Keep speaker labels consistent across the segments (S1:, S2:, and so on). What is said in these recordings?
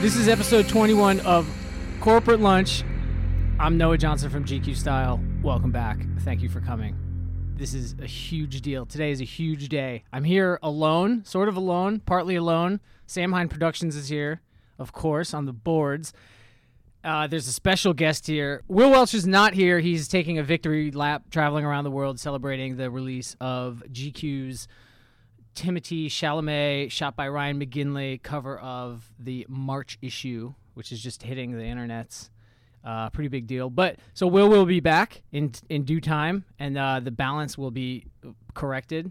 S1: This is episode 21 of Corporate Lunch. I'm Noah Johnson from GQ Style. Welcome back. Thank you for coming. This is a huge deal. Today is a huge day. I'm here alone, sort of alone, partly alone. Sam Hine Productions is here, of course, on the boards. Uh, there's a special guest here. Will Welch is not here. He's taking a victory lap, traveling around the world, celebrating the release of GQ's Timothy Chalamet, shot by Ryan McGinley, cover of the March issue, which is just hitting the internets. Uh, pretty big deal. But so Will will be back in in due time, and uh, the balance will be corrected.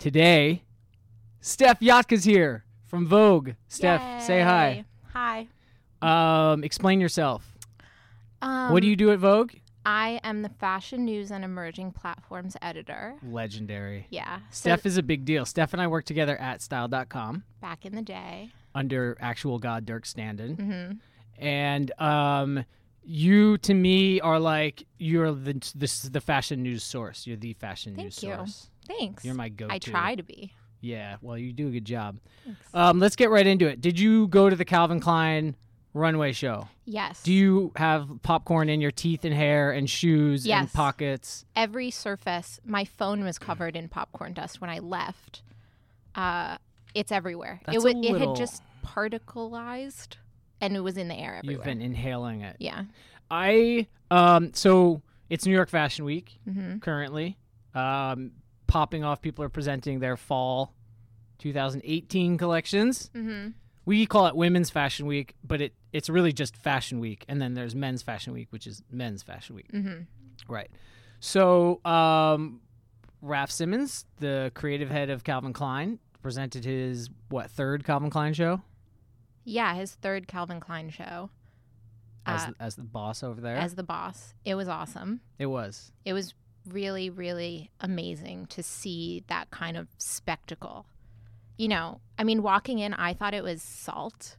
S1: Today, Steph Yatka's here from Vogue. Steph, say hi.
S2: Hi.
S1: Um, explain yourself.
S2: Um,
S1: what do you do at Vogue?
S2: I am the fashion news and emerging platforms editor.
S1: Legendary.
S2: Yeah.
S1: Steph
S2: So
S1: is a big deal. Steph and I work together at style.com
S2: back in the day.
S1: under actual god Dirk Standen.
S2: hmm
S1: and um, you to me are like you're the this the fashion news source. You're the fashion
S2: Thank
S1: news
S2: you.
S1: source.
S2: Thanks.
S1: You're my go-to.
S2: I try to be.
S1: Yeah, well, you do a good job.
S2: Thanks.
S1: Um, let's get right into it. Did you go to the Calvin Klein runway show?
S2: Yes.
S1: Do you have popcorn in your teeth and hair and shoes and
S2: Yes.
S1: pockets?
S2: Every surface, my phone was covered in popcorn dust when I left. Uh, it's everywhere.
S1: That's a
S2: it wa- it
S1: little-
S2: had just particleized, and it was in the air everywhere.
S1: You've been inhaling it.
S2: Yeah.
S1: I um so it's New York Fashion Week
S2: hmm
S1: currently. Um, popping off. People are presenting their fall 2018 collections.
S2: hmm
S1: we call it women's fashion week but it it's really just fashion week and then there's men's fashion week which is men's fashion week
S2: hmm
S1: right so um raf simmons the creative head of calvin klein presented his what third calvin klein show
S2: Yeah. His third Calvin Klein show
S1: as,
S2: Uh,
S1: as the boss over there
S2: as the boss. It was awesome.
S1: it was
S2: it was really really amazing to see that kind of spectacle you know i mean walking in i thought it was salt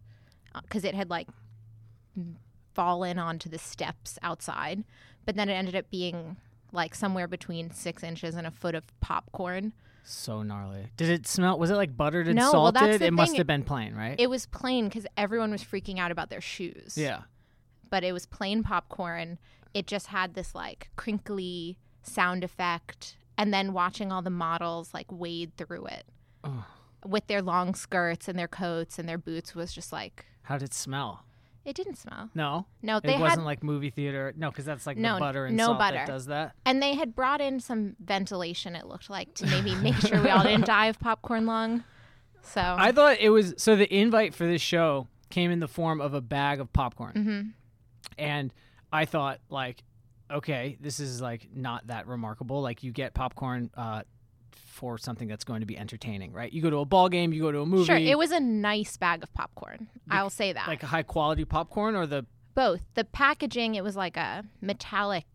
S2: because it had like m- fallen onto the steps outside but then it ended up being like somewhere between six inches and a foot of popcorn
S1: so gnarly did it smell was it like buttered and
S2: No, well,
S1: salted
S2: that's
S1: it
S2: the
S1: must
S2: thing.
S1: have been plain right
S2: it was plain because everyone was freaking out about their shoes
S1: yeah
S2: but it was plain popcorn. It just had this like crinkly sound effect, and then watching all the models like wade through it
S1: Ugh.
S2: with their long skirts and their coats and their boots was just like
S1: how did it smell
S2: it didn't smell.
S1: no
S2: No,
S1: it
S2: they
S1: wasn't
S2: had
S1: like movie theater no because that's like the
S2: No,
S1: butter and
S2: no
S1: salt that
S2: butter.
S1: does that
S2: and they had brought in some ventilation. It looked like to maybe make sure we all didn't die of popcorn lung. So
S1: I thought it was so the invite for this show came in the form of a bag of popcorn.
S2: Mhm.
S1: And I thought like okay, this is like not that remarkable. Like you get popcorn uh for something that's going to be entertaining, right? You go to a ball game, you go to a movie.
S2: sure it was a nice bag of popcorn. I'll say that.
S1: like high quality popcorn or the
S2: Both the packaging, it was like a metallic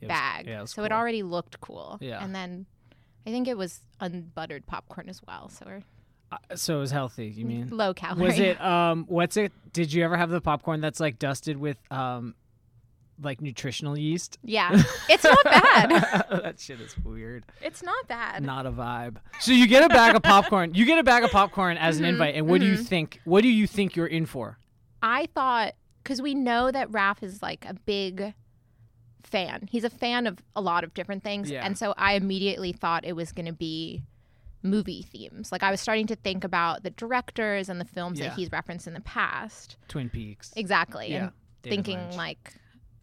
S1: it was-
S2: bag.
S1: yeah, was
S2: so it
S1: cool.
S2: already looked cool.
S1: Yeah.
S2: And then I think it was unbuttered popcorn as well. So we're
S1: Uh, so it was healthy, you mean?
S2: low calorie.
S1: Was it um what's it did you ever have the popcorn that's like dusted with um like nutritional yeast?
S2: Yeah. It's not bad.
S1: that shit is weird.
S2: it's not bad.
S1: not a vibe. So you get a bag of popcorn. You get a bag of popcorn as an
S2: Mhm,
S1: invite, and what do you think? What do you think you're in for?
S2: I thought, because we know that Raph is like a big fan. He's a fan of a lot of different things.
S1: Yeah.
S2: And so I immediately thought it was going to be movie themes. Like I was starting to think about the directors and the films
S1: Yeah.
S2: that he's referenced in the past.
S1: Twin Peaks.
S2: Exactly.
S1: Yeah.
S2: And
S1: David
S2: thinking
S1: Lynch.
S2: like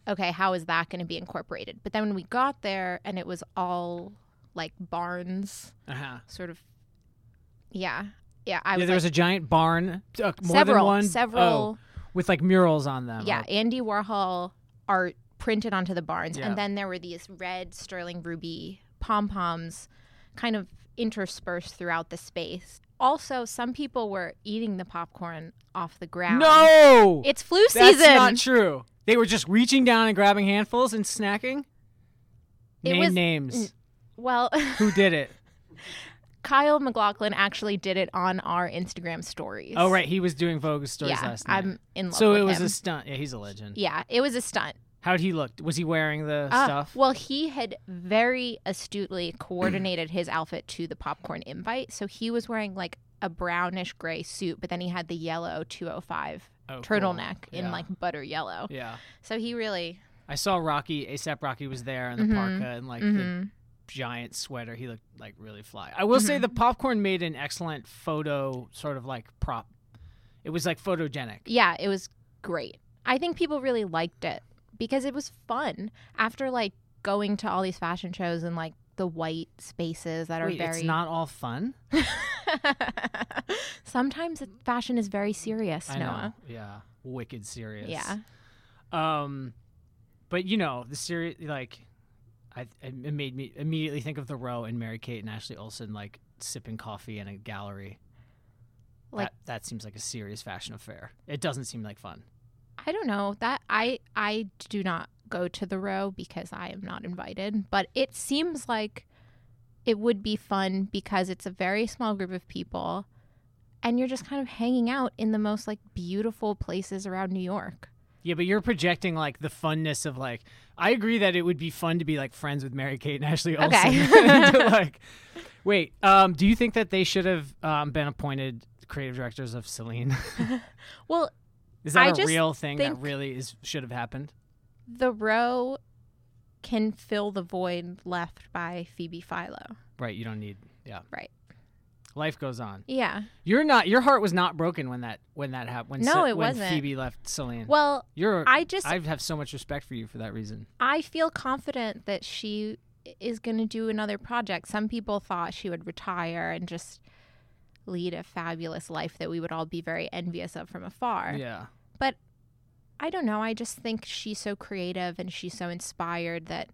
S2: okay how is that going to be incorporated but then when we got there and it was all like barns
S1: uh-huh.
S2: sort of yeah yeah i
S1: yeah,
S2: was
S1: there was
S2: like,
S1: a giant barn, uh, more than
S2: several
S1: one,
S2: several
S1: oh, with like murals on them.
S2: yeah
S1: or-
S2: andy warhol art printed onto the barns
S1: Yeah.
S2: and then there were these red sterling ruby pom poms kind of interspersed throughout the space also some people were eating the popcorn off the ground
S1: no,
S2: it's flu
S1: that's
S2: season
S1: not true. They were just reaching down and grabbing handfuls and snacking.
S2: It
S1: Name
S2: was-
S1: names.
S2: well
S1: Who did it?
S2: Kyle McLaughlin actually did it on our Instagram stories.
S1: Oh, right, he was doing Vogue stories
S2: yeah,
S1: last night.
S2: I'm in love
S1: so
S2: with
S1: it was
S2: him.
S1: a stunt. Yeah, he's a legend.
S2: yeah, it was a stunt.
S1: How'd he look? Was he wearing the
S2: Ah,
S1: stuff?
S2: Well, he had very astutely coordinated his outfit to the popcorn invite, so he was wearing like a brownish gray suit, but then he had the yellow 205
S1: Oh, cool.
S2: turtleneck in
S1: Yeah.
S2: like butter yellow.
S1: Yeah.
S2: So he really,
S1: I saw Rocky, ASAP Rocky was there in the
S2: Mhm.
S1: parka and like the
S2: mhm.
S1: giant sweater. He looked like really fly. I will
S2: Mm-hmm.
S1: say the popcorn made an excellent photo sort of like prop. It was like photogenic.
S2: yeah, it was great. I think people really liked it because it was fun after like going to all these fashion shows and like the white spaces that
S1: Wait,
S2: are very.
S1: it's not all fun.
S2: Sometimes it- fashion is very serious,
S1: I know.
S2: Noah.
S1: Yeah. Wicked serious.
S2: Yeah.
S1: Um, but you know the series, like, I it it made me immediately think of the row and Mary Kate and Ashley Olsen like sipping coffee in a gallery.
S2: Like-
S1: that, that seems like a serious fashion affair. It doesn't seem like fun.
S2: I don't know that I I do not go to the row because I am not invited, but it seems like it would be fun because it's a very small group of people and you're just kind of hanging out in the most like beautiful places around New York.
S1: Yeah, but you're projecting like the funness of like. I agree that it would be fun to be like friends with Mary Kate and Ashley Olsen.
S2: Okay.
S1: To, like, wait. Um, do you think that they should have um, been appointed creative directors of Celine?
S2: Well,
S1: Is
S2: I
S1: that a
S2: just
S1: real thing that
S2: think-
S1: really is should have happened?
S2: the row can fill the void left by Phoebe Philo.
S1: Right. You don't need. Yeah.
S2: Right.
S1: Life goes on.
S2: Yeah.
S1: You're not. Your heart was not broken when that when that happened. When
S2: No,
S1: Ce-
S2: it
S1: when
S2: wasn't.
S1: Phoebe left Celine.
S2: Well,
S1: You're. I,
S2: I just
S1: have so much respect for you for that reason.
S2: I feel confident that she is going to do another project. Some people thought she would retire and just lead a fabulous life that we would all be very envious of from afar.
S1: Yeah.
S2: I don't know. I just think she's so creative and she's so inspired that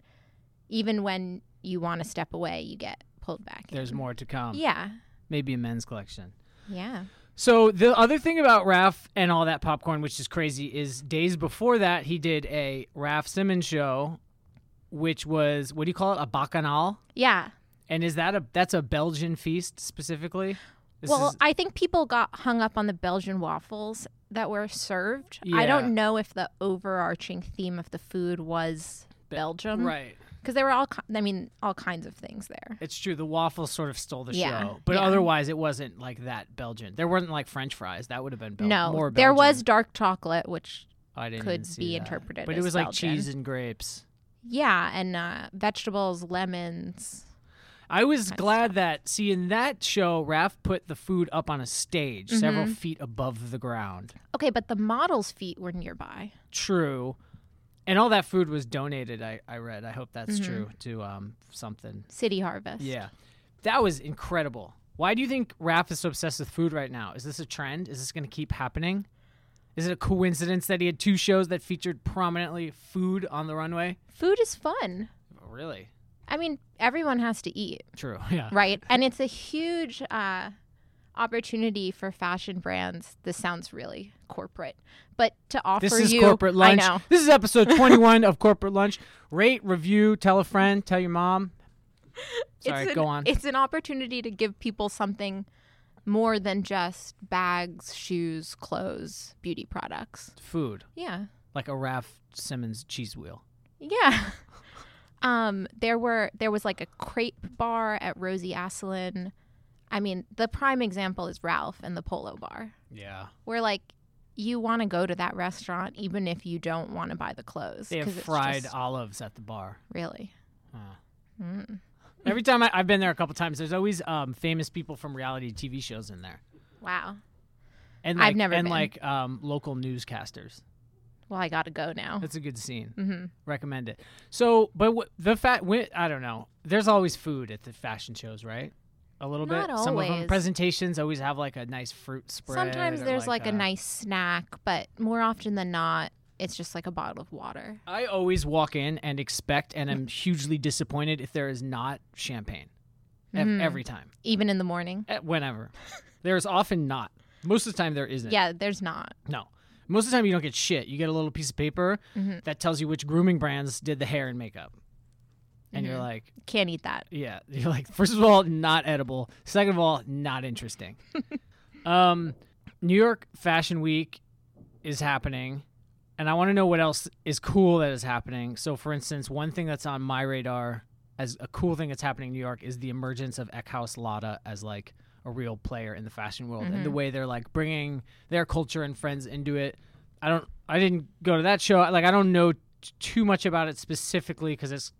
S2: even when you want to step away, you get pulled back. in.
S1: There's more to come.
S2: Yeah.
S1: Maybe a men's collection.
S2: Yeah.
S1: So the other thing about Raph and all that popcorn, which is crazy, is days before that he did a Raph Simmons show, which was what do you call it? A bacchanal.
S2: Yeah.
S1: And is that a that's a Belgian feast specifically? This
S2: well,
S1: is-
S2: I think people got hung up on the Belgian waffles that were served. I
S1: Yeah.
S2: don't know if the overarching theme of the food was Belgium.
S1: right.
S2: because there were all ki- I mean all kinds of things there.
S1: It's true. The waffles sort of stole the
S2: Yeah,
S1: show, but
S2: yeah.
S1: otherwise it wasn't like that Belgian. There weren't like French fries. That would have been Bel-
S2: no,
S1: more
S2: there
S1: Belgian.
S2: was dark chocolate, which
S1: I didn't
S2: could
S1: even see
S2: be
S1: that.
S2: interpreted
S1: but it
S2: as
S1: was like
S2: Belgian.
S1: cheese and grapes.
S2: yeah, and uh, vegetables, lemons.
S1: I was
S2: Kinda
S1: glad that see in that show, Raph put the food up on a stage
S2: Mm-hmm.
S1: several feet above the ground.
S2: Okay, but the models' feet were nearby.
S1: True, and all that food was donated. I I read. I hope that's
S2: Mm-hmm.
S1: true to um something.
S2: City Harvest.
S1: Yeah, that was incredible. Why do you think Raph is so obsessed with food right now? Is this a trend? Is this going to keep happening? Is it a coincidence that he had two shows that featured prominently food on the runway?
S2: food is fun.
S1: Really?
S2: I mean, everyone has to eat,
S1: True. Yeah.
S2: right? and it's a huge uh, opportunity for fashion brands. This sounds really corporate, but to offer
S1: This is
S2: you
S1: corporate lunch.
S2: I know.
S1: This is episode 21 of corporate lunch. Rate, review, tell a friend, tell your mom. Sorry,
S2: it's an,
S1: go on.
S2: It's an opportunity to give people something more than just bags, shoes, clothes, beauty products.
S1: Food,
S2: Yeah.
S1: like a Raph Simmons cheese wheel.
S2: Yeah. Um, there were there was like a crepe bar at Rosie Asselin. I mean, the prime example is Ralph and the Polo Bar,
S1: Yeah.
S2: where like you want to go to that restaurant even if you don't want to buy the clothes.
S1: They have
S2: 'cause it's
S1: fried
S2: just-
S1: olives at the bar.
S2: really.
S1: Huh.
S2: Mm.
S1: Every time I, I've been there a couple times, there's always um, famous people from reality TV shows in there,
S2: Wow.
S1: and
S2: I've
S1: like,
S2: never
S1: and
S2: been.
S1: like um, local newscasters.
S2: Well, I gotta go now.
S1: That's a good scene.
S2: Mm-hmm.
S1: Recommend it. So, but w- the fact I don't know. There's always food at the fashion shows, right? A little
S2: Not
S1: bit. Some of them
S2: always.
S1: presentations always have like a nice fruit spread.
S2: Sometimes
S1: or,
S2: there's like, a,
S1: a
S2: nice snack, but more often than not, it's just like a bottle of water.
S1: I always walk in and expect, and I'm hugely disappointed if there is not champagne. Ev-
S2: Mhm.
S1: Every time,
S2: Even in the morning.
S1: Eh, whenever, there's often not. Most of the time, there isn't.
S2: Yeah, there's not.
S1: No. Most of the time, you don't get shit. You get a little piece of paper
S2: Mhm.
S1: that tells you which grooming brands did the hair and makeup. And you're like,
S2: Can't eat that.
S1: yeah. You're like, first of all, not edible. Second of all, not interesting. um, New York Fashion Week is happening. And I want to know what else is cool that is happening. So, for instance, one thing that's on my radar as a cool thing that's happening in New York is the emergence of Eckhouse Lotta as like a real player in the fashion world and the way they're like bringing their culture and friends into it. I don't. I didn't go to that show. Like I don't know t- too much about it specifically because it's.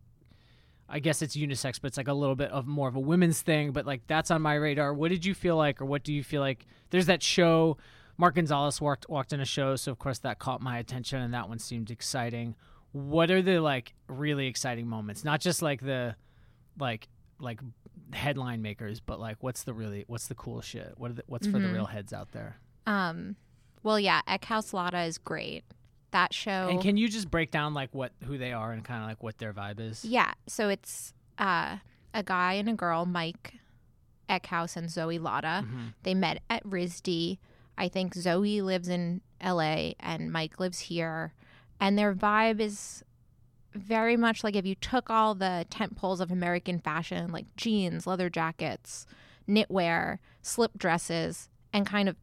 S1: I guess it's unisex, but it's like a little bit of more of a women's thing. But like that's on my radar. What did you feel like, or what do you feel like? There's that show. Mark Gonzalez walked walked in a show, so of course that caught my attention, and that one seemed exciting. What are the like really exciting moments? Not just like the, like like headline makers, but like what's the really what's the cool shit? What are the, what's for the
S2: Mhm.
S1: real heads out there?
S2: Um, well, yeah, Eckhouse Lotta is great. That show.
S1: And can you just break down like what who they are and kind of like what their vibe is?
S2: Yeah. So it's uh, a guy and a girl, Mike Eckhouse and Zoe Lotta.
S1: Mhm.
S2: They met at RISD. I think Zoe lives in LA and Mike lives here. And their vibe is very much like if you took all the tent poles of American fashion, like jeans, leather jackets, knitwear, slip dresses, and kind of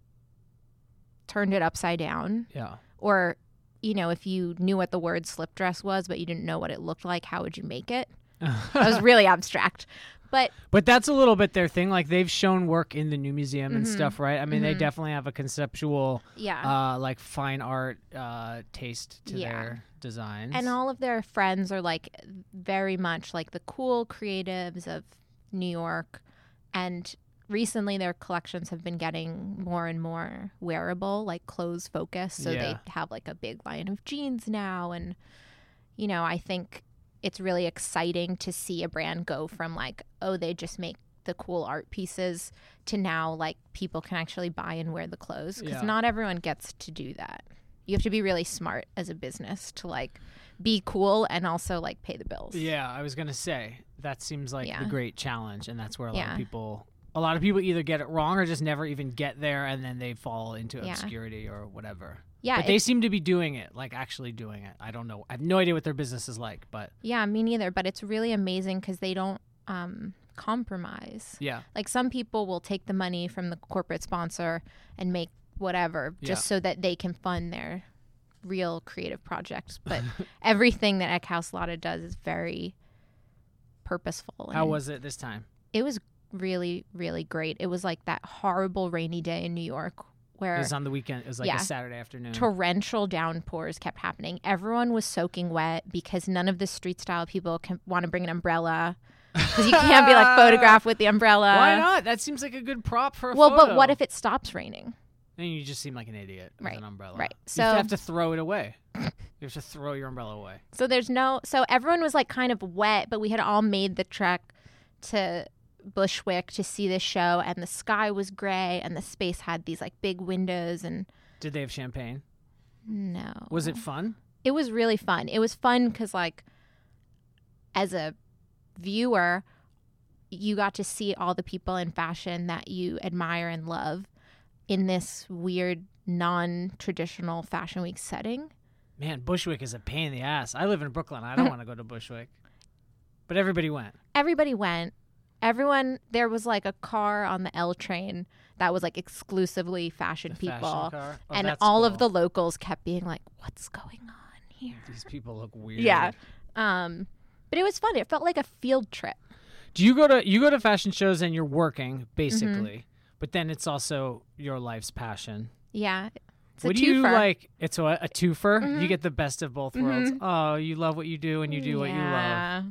S2: turned it upside down
S1: Yeah.
S2: or you know if you knew what the word slip dress was but you didn't know what it looked like how would you make it that was really abstract but
S1: but that's a little bit their thing. Like they've shown work in the new museum and
S2: Mhm.
S1: stuff, right? I mean, they
S2: Mhm.
S1: definitely have a conceptual,
S2: yeah
S1: uh, like fine art uh, taste to
S2: Yeah.
S1: their designs.
S2: and all of their friends are like very much like the cool creatives of new york and recently their collections have been getting more and more wearable like clothes focused so
S1: Yeah.
S2: they have like a big line of jeans now and you know i think it's really exciting to see a brand go from like oh they just make the cool art pieces to now like people can actually buy and wear the clothes because
S1: Yeah.
S2: not everyone gets to do that you have to be really smart as a business to like be cool and also like pay the bills
S1: Yeah, I was gonna say that seems like
S2: Yeah.
S1: the great challenge, and that's where a lot
S2: Yeah.
S1: of people, a lot of people either get it wrong or just never even get there, and then they fall into
S2: Yeah.
S1: obscurity or whatever.
S2: yeah
S1: but
S2: it-
S1: they seem to be doing it, like actually doing it. I don't know. I have no idea what their business is like, but
S2: yeah me neither but it's really amazing because they don't um compromise
S1: yeah,
S2: like some people will take the money from the corporate sponsor and make whatever just so that they can fund their real creative projects but everything that eckhouse lotta does is very purposeful
S1: how
S2: and
S1: was it this time?
S2: it was really really great it was like that horrible rainy day in new york
S1: It
S2: where
S1: was on the weekend. It was like
S2: Yeah.
S1: a Saturday afternoon.
S2: torrential downpours kept happening everyone was soaking wet because none of the street style people can want to bring an umbrella because you can't be like photographed with the umbrella
S1: Why not? That seems like a good prop for a
S2: Uh, well but what
S1: photo.
S2: if it stops raining
S1: Then you just seem like an idiot with
S2: Right,
S1: an umbrella.
S2: right.
S1: you
S2: So-
S1: have to throw it away. you have to throw your umbrella away.
S2: So there's no. So everyone was like kind of wet, but we had all made the trek to Bushwick to see the show, and the sky was gray, and the space had these like big windows, and
S1: Did they have champagne?
S2: no,
S1: Was it fun?
S2: It was really fun. It was fun because like, as a viewer, you got to see all the people in fashion that you admire and love in this weird non-traditional fashion week setting.
S1: Man, Bushwick is a pain in the ass. I live in Brooklyn. I don't want to go to Bushwick. But everybody went.
S2: everybody went. Everyone there was like a car on the L train that was like exclusively fashion
S1: The
S2: people,
S1: fashion car. Oh,
S2: and
S1: that's
S2: all of the
S1: cool.
S2: locals kept being like, "What's going on here?"
S1: These people look weird.
S2: Yeah. Um, but it was fun. It felt like a field trip.
S1: Do you go to you go to fashion shows and you're
S2: Mm-hmm.
S1: working basically, but then it's also your life's passion.
S2: Yeah, it's
S1: what
S2: a
S1: do you
S2: twofer.
S1: like? It's what a twofer. You
S2: Mhm.
S1: get the best of both worlds.
S2: Mhm.
S1: Oh, you love what you do and you do what you love.
S2: yeah.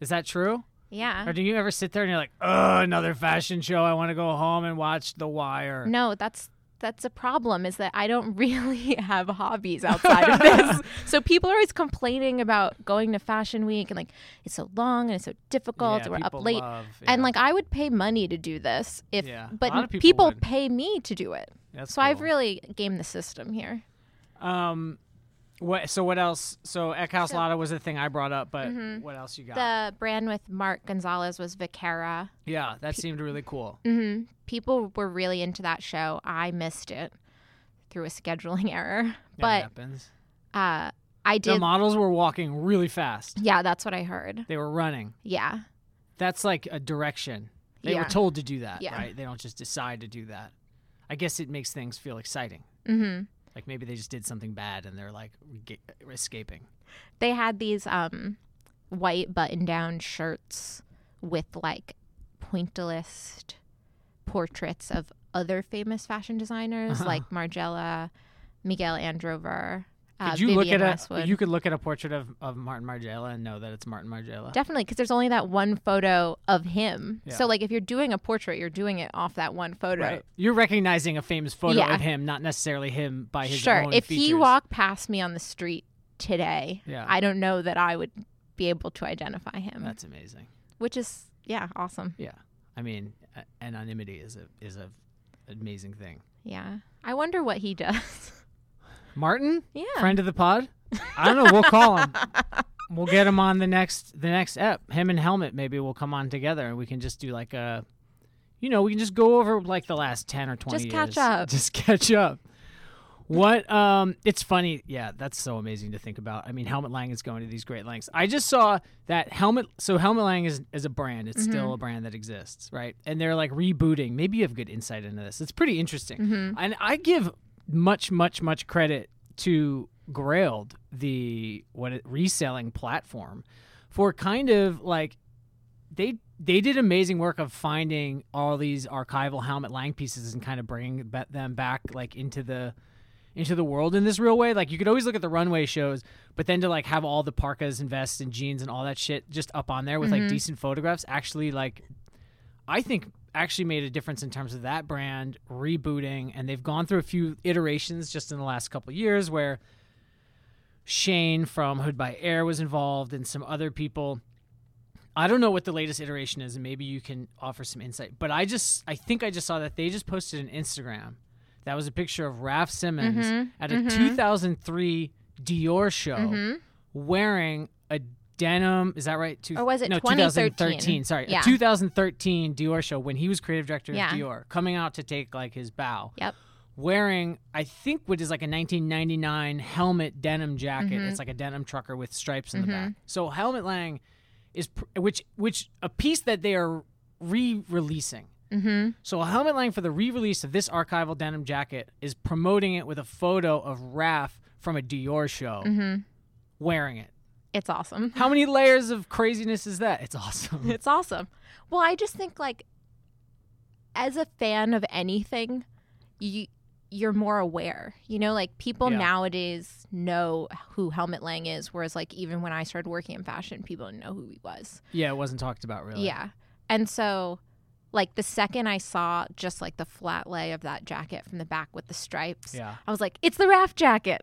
S1: Is that true?
S2: Yeah.
S1: Or do you ever sit there and you're like, oh, another fashion show? I want to go home and watch The Wire.
S2: No, that's that's a problem is that I don't really have hobbies outside of this. so people are always complaining about going to fashion week and like it's so long and it's so difficult
S1: Yeah,
S2: and we're up
S1: people
S2: late.
S1: love-
S2: And
S1: yeah.
S2: like I would pay money to do this if
S1: Yeah, a lot
S2: but
S1: of people
S2: people,
S1: would.
S2: pay me to do it.
S1: That's
S2: So I've
S1: cool.
S2: really gamed the system here.
S1: Um, what? So what else? So Eckhouse
S2: So- Mm-hmm.
S1: Lotta was the thing I brought up, but what else you got?
S2: The brand with Mark Gonzalez was Vaquera.
S1: yeah, that seemed really cool.
S2: hmm People were really into that show. I missed it through a scheduling error.
S1: That
S2: But
S1: happens.
S2: uh I
S1: The
S2: did Mm-hmm.
S1: models were walking really fast.
S2: Yeah, that's what I heard.
S1: They were running.
S2: Yeah.
S1: That's like a direction. They
S2: Yeah.
S1: were told to do that,
S2: Yeah.
S1: right? They don't just decide to do that. I guess it makes things feel exciting.
S2: Mhm.
S1: Like maybe they just did something bad and they're like ge- escaping.
S2: they had these um white button down shirts with like pointillist portraits of other famous fashion designers
S1: Uh-huh.
S2: like Margiela, Miguel Androver, uh,
S1: Could you
S2: Vivian
S1: look at a
S2: Westwood.
S1: you could look at a portrait of, of Martin Margiela and know that it's Martin Margiela.
S2: Definitely, because there's only that one photo of him.
S1: Yeah.
S2: So, like, if you're doing a portrait, you're doing it off that one photo.
S1: Right. You're recognizing a famous photo
S2: Yeah.
S1: of him, not necessarily him by his
S2: sure.
S1: own
S2: If he
S1: features.
S2: walked past me on the street today,
S1: Yeah.
S2: I don't know that I would be able to identify him,
S1: That's amazing.
S2: which is, yeah, awesome.
S1: Yeah. I mean, a- anonymity is a is a amazing thing.
S2: Yeah. I wonder what he does.
S1: Martin,
S2: yeah.
S1: friend of the pod? I don't know, we'll call him. We'll get him on the next the next ep. Him and Helmet maybe we'll come on together and we can just do like a you know, we can just go over like the last 10 or 20
S2: Just catch
S1: years.
S2: up.
S1: Just catch up. What um it's funny. Yeah, that's so amazing to think about. I mean, Helmet Lang is going to these great lengths. I just saw that Helmet so Helmet Lang is is a brand. It's
S2: Mm-hmm.
S1: still a brand that exists, right? And they're like rebooting. Maybe you have good insight into this. It's pretty interesting.
S2: Mm-hmm.
S1: And I give much much much credit to Grailed, the what it, reselling platform for kind of like they they did amazing work of finding all these archival helmet lang pieces and kind of bringing ba- them back like into the into the world in this real way like you could always look at the runway shows but then to like have all the parkas and vests and jeans and all that shit just up on there with
S2: Mhm.
S1: like decent photographs actually like i think actually made a difference in terms of that brand rebooting and they've gone through a few iterations just in the last couple years where Shane from Hood by Air was involved and some other people. I don't know what the latest iteration is, and maybe you can offer some insight. But I just, I think I just saw that they just posted an Instagram that was a picture of Raph Simmons
S2: Mhm,
S1: at a
S2: mhm.
S1: 2003 Dior show
S2: hmm
S1: wearing a denim. Is that right? Two,
S2: Or was it
S1: no,
S2: 2013?
S1: 2013. Sorry,
S2: Yeah.
S1: a 2013 Dior show when he was creative director
S2: Yeah.
S1: of Dior, coming out to take like his bow.
S2: Yep.
S1: Wearing, I think, what is like a 1999 helmet denim jacket.
S2: Mhm.
S1: It's like a denim trucker with stripes in
S2: Mhm.
S1: the back. So Helmet Lang is pr- which which a piece that they are re-releasing.
S2: hmm
S1: So Helmet Lang for the re-release of this archival denim jacket is promoting it with a photo of Raph from a Dior show
S2: hmm
S1: wearing it.
S2: It's awesome.
S1: How many layers of craziness is that? It's awesome.
S2: It's awesome. Well, I just think like as a fan of anything, you you're more aware. You know, like people
S1: Yeah.
S2: nowadays know who Helmet Lang is, whereas like even when I started working in fashion, people didn't know who he was.
S1: yeah, it wasn't talked about really.
S2: Yeah. And so like the second I saw just like the flat lay of that jacket from the back with the stripes,
S1: Yeah.
S2: I was like, It's the raft jacket.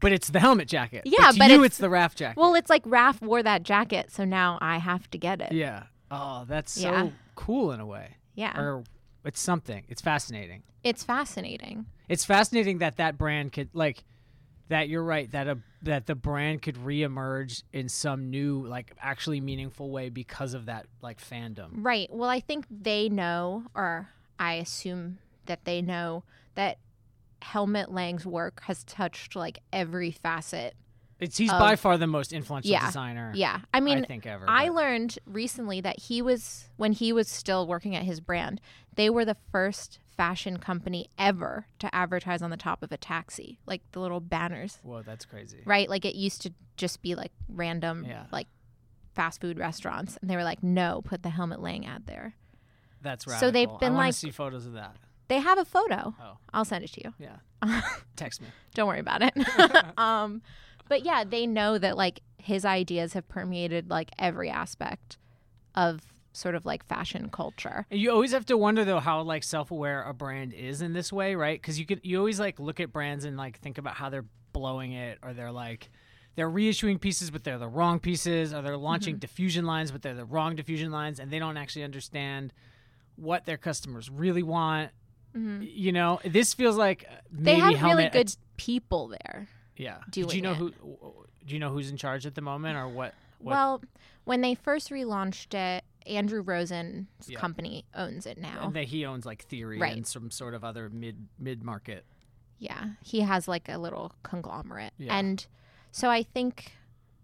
S1: But it's the helmet jacket.
S2: Yeah,
S1: to
S2: but
S1: you
S2: it's-
S1: it's the raft jacket.
S2: Well, it's like Raph wore that jacket, so now I have to get it.
S1: yeah. Oh, that's so
S2: Yeah.
S1: cool in a way.
S2: Yeah.
S1: Or it's something. It's fascinating.
S2: It's fascinating.
S1: It's fascinating that that brand could like that you're right that a that the brand could reemerge in some new like actually meaningful way because of that like fandom.
S2: Right. Well, I think they know, or I assume that they know that Helmut Lang's work has touched like every facet.
S1: It's he's
S2: Of-
S1: by far the most influential
S2: Yeah.
S1: designer
S2: Yeah. I mean,
S1: think ever.
S2: I
S1: but-
S2: learned recently that he was, when he was still working at his brand, they were the first fashion company ever to advertise on the top of a taxi, like the little banners,
S1: Whoa, that's crazy.
S2: right? Like it used to just be like random,
S1: Yeah.
S2: like fast food restaurants. And they were like, no, put the Helmut Lang ad there.
S1: That's right.
S2: So they've been,
S1: I wanna
S2: like-
S1: see photos of that.
S2: They have a photo.
S1: Oh.
S2: I'll send it to you.
S1: Yeah. Text me.
S2: don't worry about it. um, but yeah, they know that like his ideas have permeated like every aspect of sort of like fashion culture.
S1: And You always have to wonder though how like self-aware a brand is in this way, right? Because you could you always like look at brands and like think about how they're blowing it, or they're like they're reissuing pieces but they're the wrong pieces, or they're launching
S2: Mm-hmm.
S1: diffusion lines but they're the wrong diffusion lines, and they don't actually understand what their customers really want.
S2: Mhm.
S1: You know, this feels like uh,
S2: They
S1: maybe
S2: have really
S1: Helmet-
S2: good people there.
S1: Yeah. Do you
S2: doing
S1: know
S2: it.
S1: who? Do you know who's in charge at the moment, or what? what
S2: Well, when they first relaunched it, Andrew Rosen's
S1: Yeah.
S2: company owns it now.
S1: and that he owns like Theory
S2: Oh. Right.
S1: and some sort of other mid mid market.
S2: Yeah, he has like a little conglomerate.
S1: Yeah.
S2: And so I think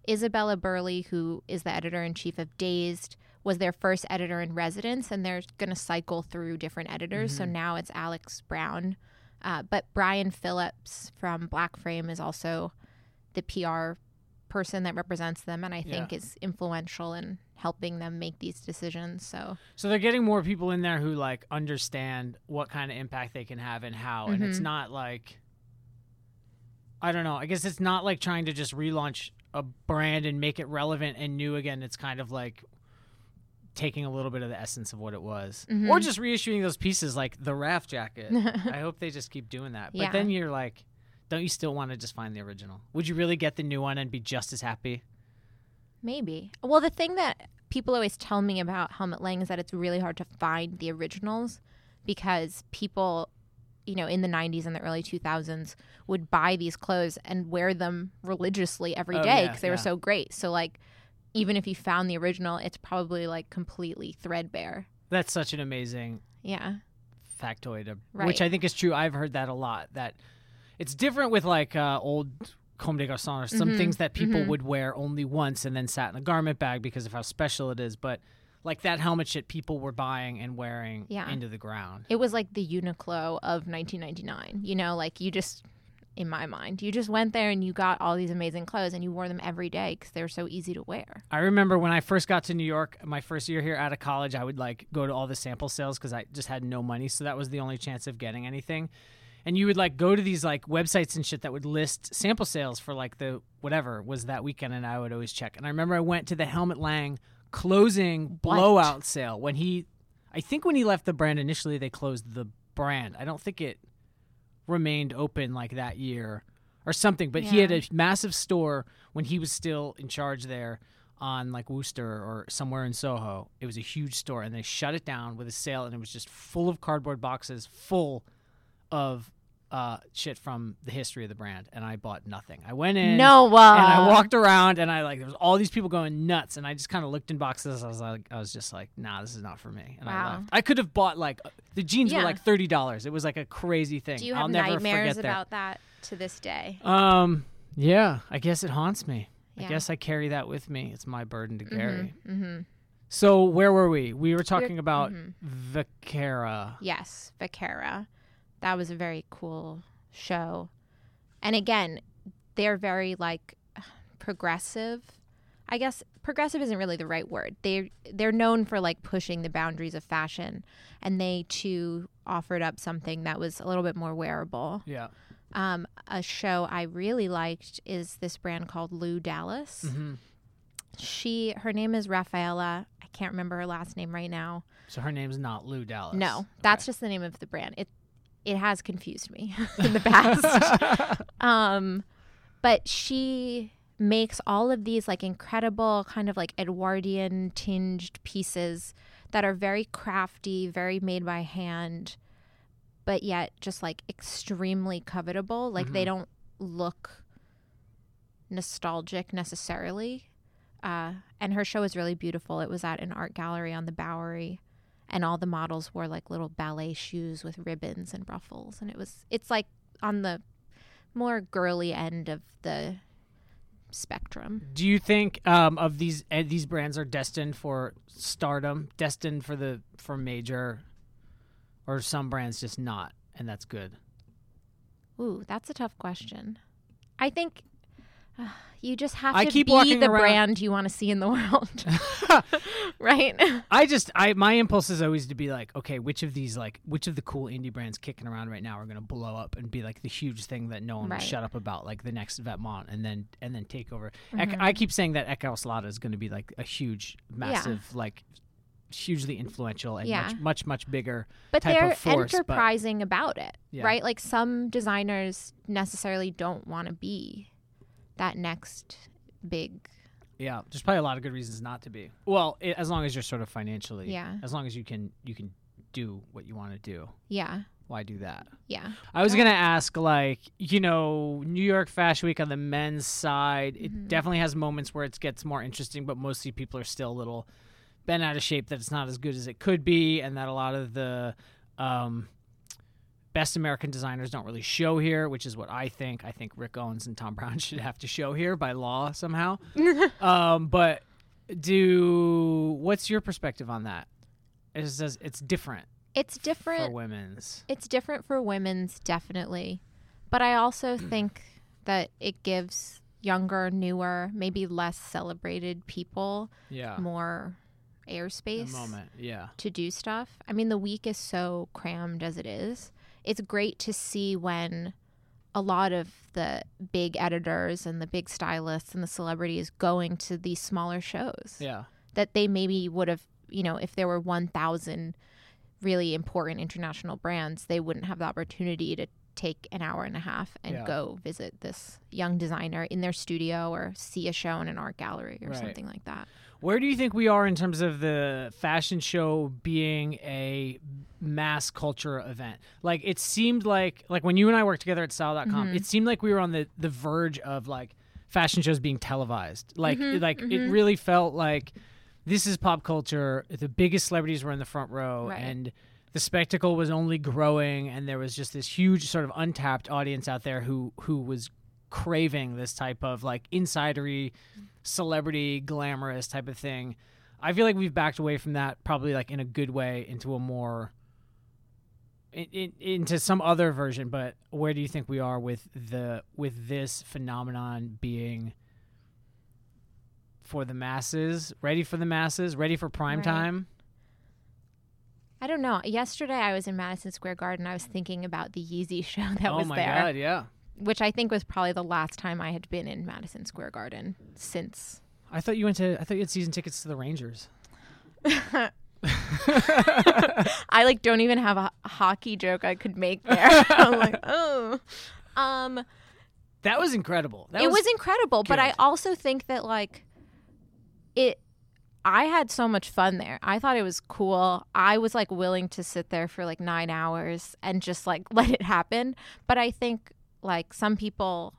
S2: Isabella Burley, who is the editor in chief of Dazed, was their first editor in residence, and they're going to cycle through different editors.
S1: Mm-hmm.
S2: So now it's Alex Brown. Uh, but Brian Phillips from Black Frame is also the PR person that represents them and I think
S1: Yeah.
S2: is influential in helping them make these decisions. So
S1: So they're getting more people in there who like understand what kind of impact they can have and how, and it's
S2: Mhm.
S1: not like I don't know. I guess it's not like trying to just relaunch a brand and make it relevant and new again. It's kind of like taking a little bit of the essence of what it was, or
S2: Mhm.
S1: just reissuing those pieces like the raft jacket. I hope they just keep doing that. But
S2: Yeah.
S1: then you're like, don't you still want to just find the original? Would you really get the new one and be just as happy?
S2: Maybe. Well, the thing that people always tell me about Helmet Lang is that it's really hard to find the originals because people, you know, in the 90s and the early 2000s would buy these clothes and wear them religiously every
S1: Oh,
S2: day 'cause
S1: yeah,
S2: because they were
S1: yeah.
S2: so great. So, like, even if you found the original, it's probably like completely threadbare.
S1: That's such an amazing
S2: Yeah.
S1: factoid, of- which
S2: Right.
S1: I think is true. I've heard that a lot. That it's different with like uh, old comme des garçons or some
S2: Mhm,
S1: things that people
S2: mhm.
S1: would wear only once and then sat in a garment bag because of how special it is. But like that helmet shit, people were buying and wearing
S2: Yeah.
S1: into the ground.
S2: It was like the Uniqlo of 1999. You know, like you just, in my mind, you just went there and you got all these amazing clothes and you wore them every day because they were so easy to wear.
S1: I remember when I first got to New York, my first year here out of college, I would like go to all the sample sales because I just had no money. So that was the only chance of getting anything. And you would like go to these like websites and shit that would list sample sales for like the whatever was that weekend. And I would always check. And I remember I went to the Helmet Lang closing
S2: What?
S1: blowout sale when he, I think when he left the brand initially, they closed the brand. I don't think it remained open like that year or something. But he
S2: Yeah.
S1: had a massive store when he was still in charge there on like Worcester or somewhere in Soho. It was a huge store and they shut it down with a sale and it was just full of cardboard boxes full of uh, shit from the history of the brand. And I bought nothing. I went in.
S2: No, uh,
S1: And I walked around and I like there was all these people going nuts and I just kind of looked in boxes. I was like, I was just like, nah, this is not for me. And I
S2: Wow.
S1: left. I could have bought like the jeans were
S2: Yeah.
S1: like thirty dollars. It was like a crazy thing.
S2: Do you
S1: I'll
S2: have
S1: never
S2: nightmares
S1: forget that.
S2: about that to this day?
S1: Um, yeah, I guess it haunts me. I
S2: Yeah.
S1: guess I carry that with me. It's my burden to carry.
S2: Mm-hmm.
S1: So where were we? We were talking about
S2: mm-hmm.
S1: Vaquera.
S2: Yes, Vaquera. That was a very cool show. And again, they're very like progressive. I guess progressive isn't really the right word. They they're known for like pushing the boundaries of fashion and they too offered up something that was a little bit more wearable.
S1: Yeah.
S2: Um, a show I really liked is this brand called Lou Dallas.
S1: hmm
S2: She her name is Rafaela. I can't remember her last name right now.
S1: So her name's not Lou Dallas.
S2: No, that's just the name of the brand. It it has confused me in the past.
S1: just
S2: um, but she makes all of these like incredible kind of like Edwardian tinged pieces that are very crafty, very made by hand, but yet just like extremely covetable. Like they
S1: Mhm.
S2: don't look nostalgic necessarily. Uh, and her show was really beautiful. It was at an art gallery on the Bowery, and all the models wore like little ballet shoes with ribbons and ruffles, and it was it's like on the more girly end of the spectrum.
S1: Do you think um, of these uh, these brands are destined for stardom, destined for the for major, or some brands just not, and that's good.
S2: Ooh, that's a tough question. I think uh, you just have
S1: I
S2: to
S1: keep
S2: be
S1: walking
S2: the
S1: around-
S2: brand you want to see in the world, right?
S1: I just I my impulse is always to be like, okay, which of these like which of the cool indie brands kicking around right now are gonna blow up and be like the huge thing that no one
S2: Right.
S1: will shut up about, like the next Vetmont and then and then take over.
S2: Mm-hmm.
S1: Ek- I keep saying that Echo Slada is gonna be like a huge, massive, like hugely influential and
S2: Yeah.
S1: much, much, much bigger.
S2: but
S1: type
S2: they're
S1: of force, but-
S2: enterprising about it
S1: Yeah.
S2: right like some designers necessarily don't want to be that next big
S1: Yeah. There's probably a lot of good reasons not to be. Well, i as long as you're sort of financially
S2: Yeah.
S1: as long as you can you can do what you wanna do.
S2: yeah
S1: Why do that?
S2: yeah
S1: I was
S2: Yeah.
S1: gonna ask, like, you know, New York Fashion Week on the men's side, it
S2: Mhm.
S1: definitely has moments where it gets more interesting, but mostly people are still a little bent out of shape that it's not as good as it could be, and that a lot of the um, best American designers don't really show here, which is what I think. I think Rick Owens and Tom Brown should have to show here by law somehow. um, but do what's your perspective on that? It's just, it's different
S2: it's
S1: for
S2: different
S1: women's.
S2: it's
S1: Mm-hmm.
S2: different for women's definitely but i also think that it gives younger, newer, maybe less celebrated people
S1: Yeah.
S2: more airspace
S1: Ah. The moment. Yeah.
S2: to do stuff. I mean, the week is so crammed as it is. It's great to see when a lot of the big editors and the big stylists and the celebrities going to these smaller shows
S1: Yeah.
S2: that they maybe would have, you know, if there were 1,000 really important international brands, they wouldn't have the opportunity to take an hour and a half and
S1: Yeah.
S2: go visit this young designer in their studio or see a show in an art gallery or
S1: Right.
S2: something like that.
S1: Where do you think we are in terms of the fashion show being a mass culture event? Like it seemed like like when you and I worked together at style.com,
S2: Mhm.
S1: it seemed like we were on the the verge of like fashion shows being televised. Like
S2: Mhm,
S1: like it
S2: mhm.
S1: really felt like this is pop culture. The biggest celebrities were in the front row
S2: Right.
S1: and the spectacle was only growing and there was just this huge sort of untapped audience out there who who was craving this type of like insidery celebrity glamorous type of thing i feel like we've backed away from that probably like in a good way into a more in, in, into some other version but where do you think we are with the with this phenomenon being for the masses ready for the masses ready for prime
S2: Right.
S1: time
S2: I don't know. Yesterday I was in Madison Square Garden. I was thinking about the Yeezy show that
S1: oh
S2: was
S1: my
S2: there,
S1: god yeah
S2: which I think was probably the last time I had been in Madison Square Garden since.
S1: I thought you went to. I thought you had season tickets to the Rangers.
S2: I like don't even have a h- hockey joke I could make there. I'm like, oh. Um
S1: That was incredible. That
S2: it was, incredible, but I
S1: good.
S2: also think that like it I had so much fun there. I thought it was cool. I was like willing to sit there for like 9 hours and just like let it happen, but I think like some people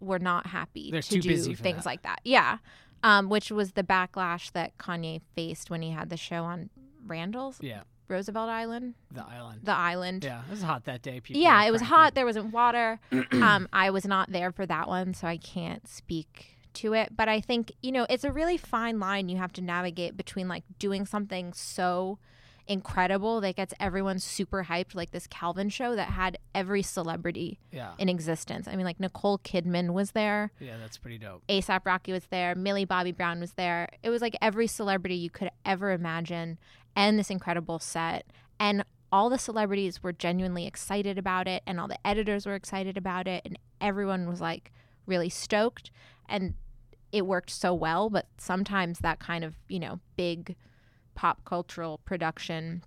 S2: were not happy
S1: They're
S2: to
S1: too
S2: do
S1: busy for
S2: things
S1: that.
S2: like that. Yeah. Um, which was the backlash that Kanye faced when he had the show on Randall's
S1: yeah,
S2: Roosevelt Island,
S1: the island.
S2: the island.
S1: yeah, it was hot that day. People
S2: Yeah,
S1: were
S2: it was
S1: cranky.
S2: hot. There wasn't water. um, I was not there for that one, so I can't speak to it. But I think, you know, it's a really fine line you have to navigate between like doing something so incredible that gets everyone super hyped, like this Calvin show that had every celebrity
S1: Yeah,
S2: in existence. I mean, like Nicole Kidman was there,
S1: yeah, that's pretty dope.
S2: ASAP Rocky was there, Millie Bobby Brown was there. It was like every celebrity you could ever imagine and this incredible set. And all the celebrities were genuinely excited about it and all the editors were excited about it and everyone was like really stoked and it worked so well, but sometimes that kind of, you know, big pop cultural production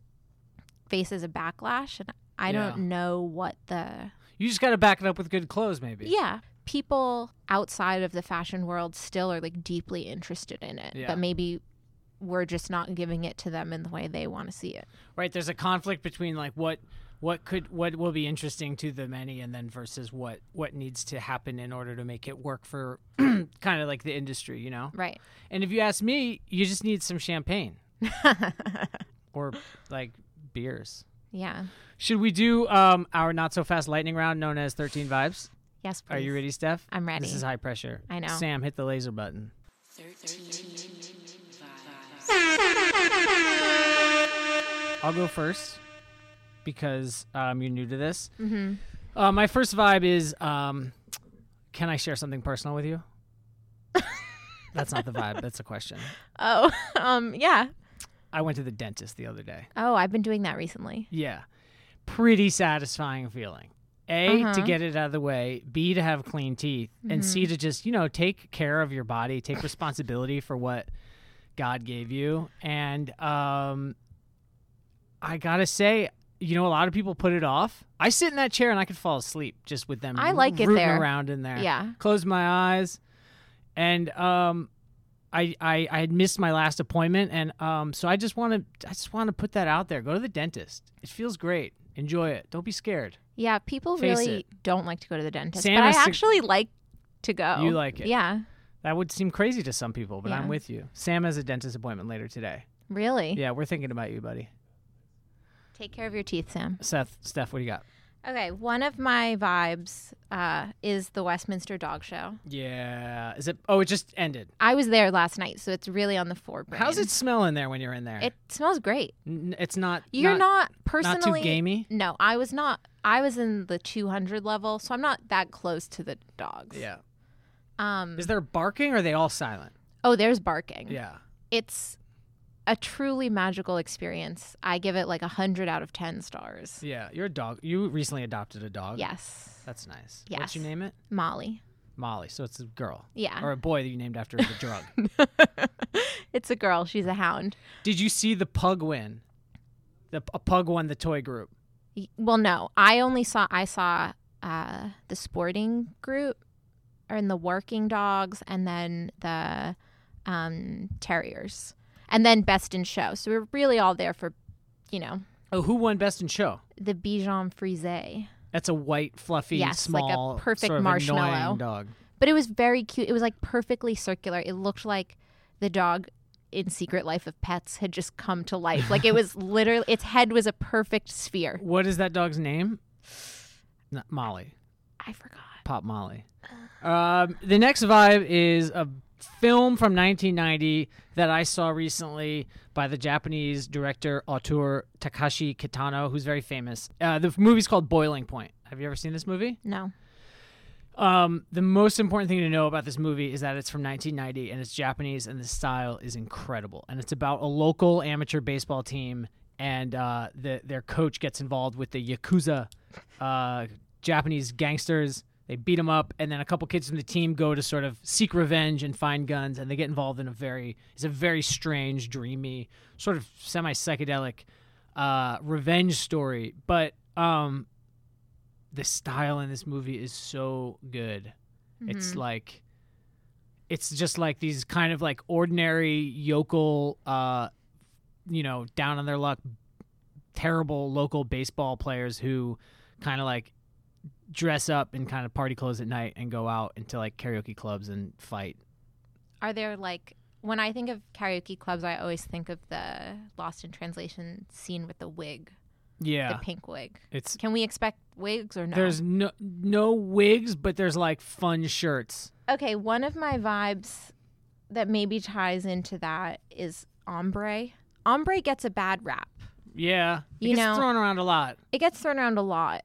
S2: faces a backlash and I
S1: Yeah.
S2: don't know what the
S1: You just got to back it up with good clothes, maybe.
S2: yeah. People outside of the fashion world still are like deeply interested in it,
S1: Yeah.
S2: but maybe we're just not giving it to them in the way they want to see it.
S1: Right. There's a conflict between like what what could what will be interesting to the many, and then versus what what needs to happen in order to make it work for kind of like the industry, you know.
S2: Right.
S1: And if you ask me, you just need some champagne or like beers.
S2: yeah.
S1: Should we do um, our not so fast lightning round known as 13 vibes?
S2: Yes, please.
S1: Are you ready, Steph?
S2: I'm ready.
S1: This is high pressure.
S2: I know.
S1: Sam, hit the laser button.
S3: 13 vibes.
S1: I'll go first because um, you're new to this.
S2: Mhm.
S1: Uh, my first vibe is um, can I share something personal with you? that's not the vibe, that's a question.
S2: Oh, um, yeah.
S1: I went to the dentist the other day.
S2: Oh, I've been doing that recently.
S1: Yeah. Pretty satisfying feeling. A, to
S2: Uh-huh. Mm-hmm.
S1: get it out of the way, B, to have clean teeth, and C, to just, you know, take care of your body, take responsibility for what God gave you. And um, I got to say, you know, a lot of people put it off. I sit in that chair and I could fall asleep just with them
S2: I like it
S1: rooting
S2: there.
S1: around in there
S2: Yeah.
S1: closed my eyes and um I, I I had missed my last appointment and um so I just want to I just want to put that out there. Go to the dentist. It feels great. Enjoy it. Don't be scared.
S2: Yeah. People
S1: Face
S2: really don't like to go to the dentist,
S1: Sam
S2: but I
S1: is sig-
S2: actually like to go.
S1: You like it.
S2: Yeah.
S1: That would seem crazy to some people, but I'm
S2: Yeah. Eh.
S1: with you. Sam has a dentist appointment later today.
S2: Really?
S1: Yeah, we're thinking about you, buddy.
S2: Take care of your teeth, Sam.
S1: Seth, Steph, what do you got?
S2: Okay. One of my vibes uh, is the Westminster Dog Show.
S1: Yeah, is it? Oh, it just ended.
S2: I was there last night, so it's really on the forebrain.
S1: How's it smell in there when you're in there?
S2: It smells great.
S1: N- it's not.
S2: You're
S1: not
S2: not, personally
S1: too gamey.
S2: No, I was not. I was in the 200 level, so I'm not that close to the dogs.
S1: Yeah.
S2: Um,
S1: Is there barking or are they all silent?
S2: oh, there's barking.
S1: Yeah.
S2: It's a truly magical experience. I give it like a hundred out of ten stars.
S1: Yeah. You're a dog. You recently adopted a dog.
S2: Yes,
S1: That's nice. What'd
S2: Yes. Uh.
S1: you name it?
S2: Molly.
S1: Molly. So it's a girl.
S2: Yeah,
S1: Or a boy that you named after the drug.
S2: it's a girl. She's a hound.
S1: Did you see the pug win? The a pug won the toy group.
S2: Y- Well, no, I only saw I saw uh, the sporting group, or in the working dogs, and then the um, terriers, and then best in show. So we're really all there for, you know,
S1: Oh, who won best in show?
S2: the Bichon Frise.
S1: That's a white, fluffy,
S2: Yes, like a
S1: small,
S2: perfect
S1: sort of
S2: marshmallow.
S1: annoying dog.
S2: But it was very cute. It was like perfectly circular. It looked like the dog in Secret Life of Pets had just come to life. Like it was literally its head was a perfect sphere.
S1: What is that dog's name? Not Molly.
S2: I forgot.
S1: Pop Molly. Um, the next vibe is a film from 1990 that I saw recently by the Japanese director auteur Takashi Kitano, who's very famous. Uh, the movie's called Boiling Point. Have you ever seen this movie?
S2: No.
S1: Um, the most important thing to know about this movie is that it's from 1990 and it's Japanese and the style is incredible. And it's about a local amateur baseball team and uh, the, their coach gets involved with the yakuza uh, Japanese gangsters. They beat them up, and then a couple kids from the team go to sort of seek revenge and find guns, and they get involved in a very it's a very strange, dreamy, sort of semi psychedelic uh, revenge story. But um, the style in this movie is so good. It's
S2: Mhm.
S1: like it's just like these kind of like ordinary yokel uh you know, down on their luck terrible local baseball players who kind of like dress up in kind of party clothes at night and go out into like karaoke clubs and fight.
S2: Are there like when I think of karaoke clubs, I always think of the Lost in Translation scene with the wig,
S1: Yeah.
S2: the pink wig.
S1: It's
S2: Can we expect wigs or no?
S1: there's no no wigs, but there's like fun shirts.
S2: okay. One of my vibes that maybe ties into that is ombre. Ombre gets a bad rap.
S1: Yeah. It
S2: You
S1: gets
S2: know-
S1: thrown around a lot.
S2: It gets thrown around a lot,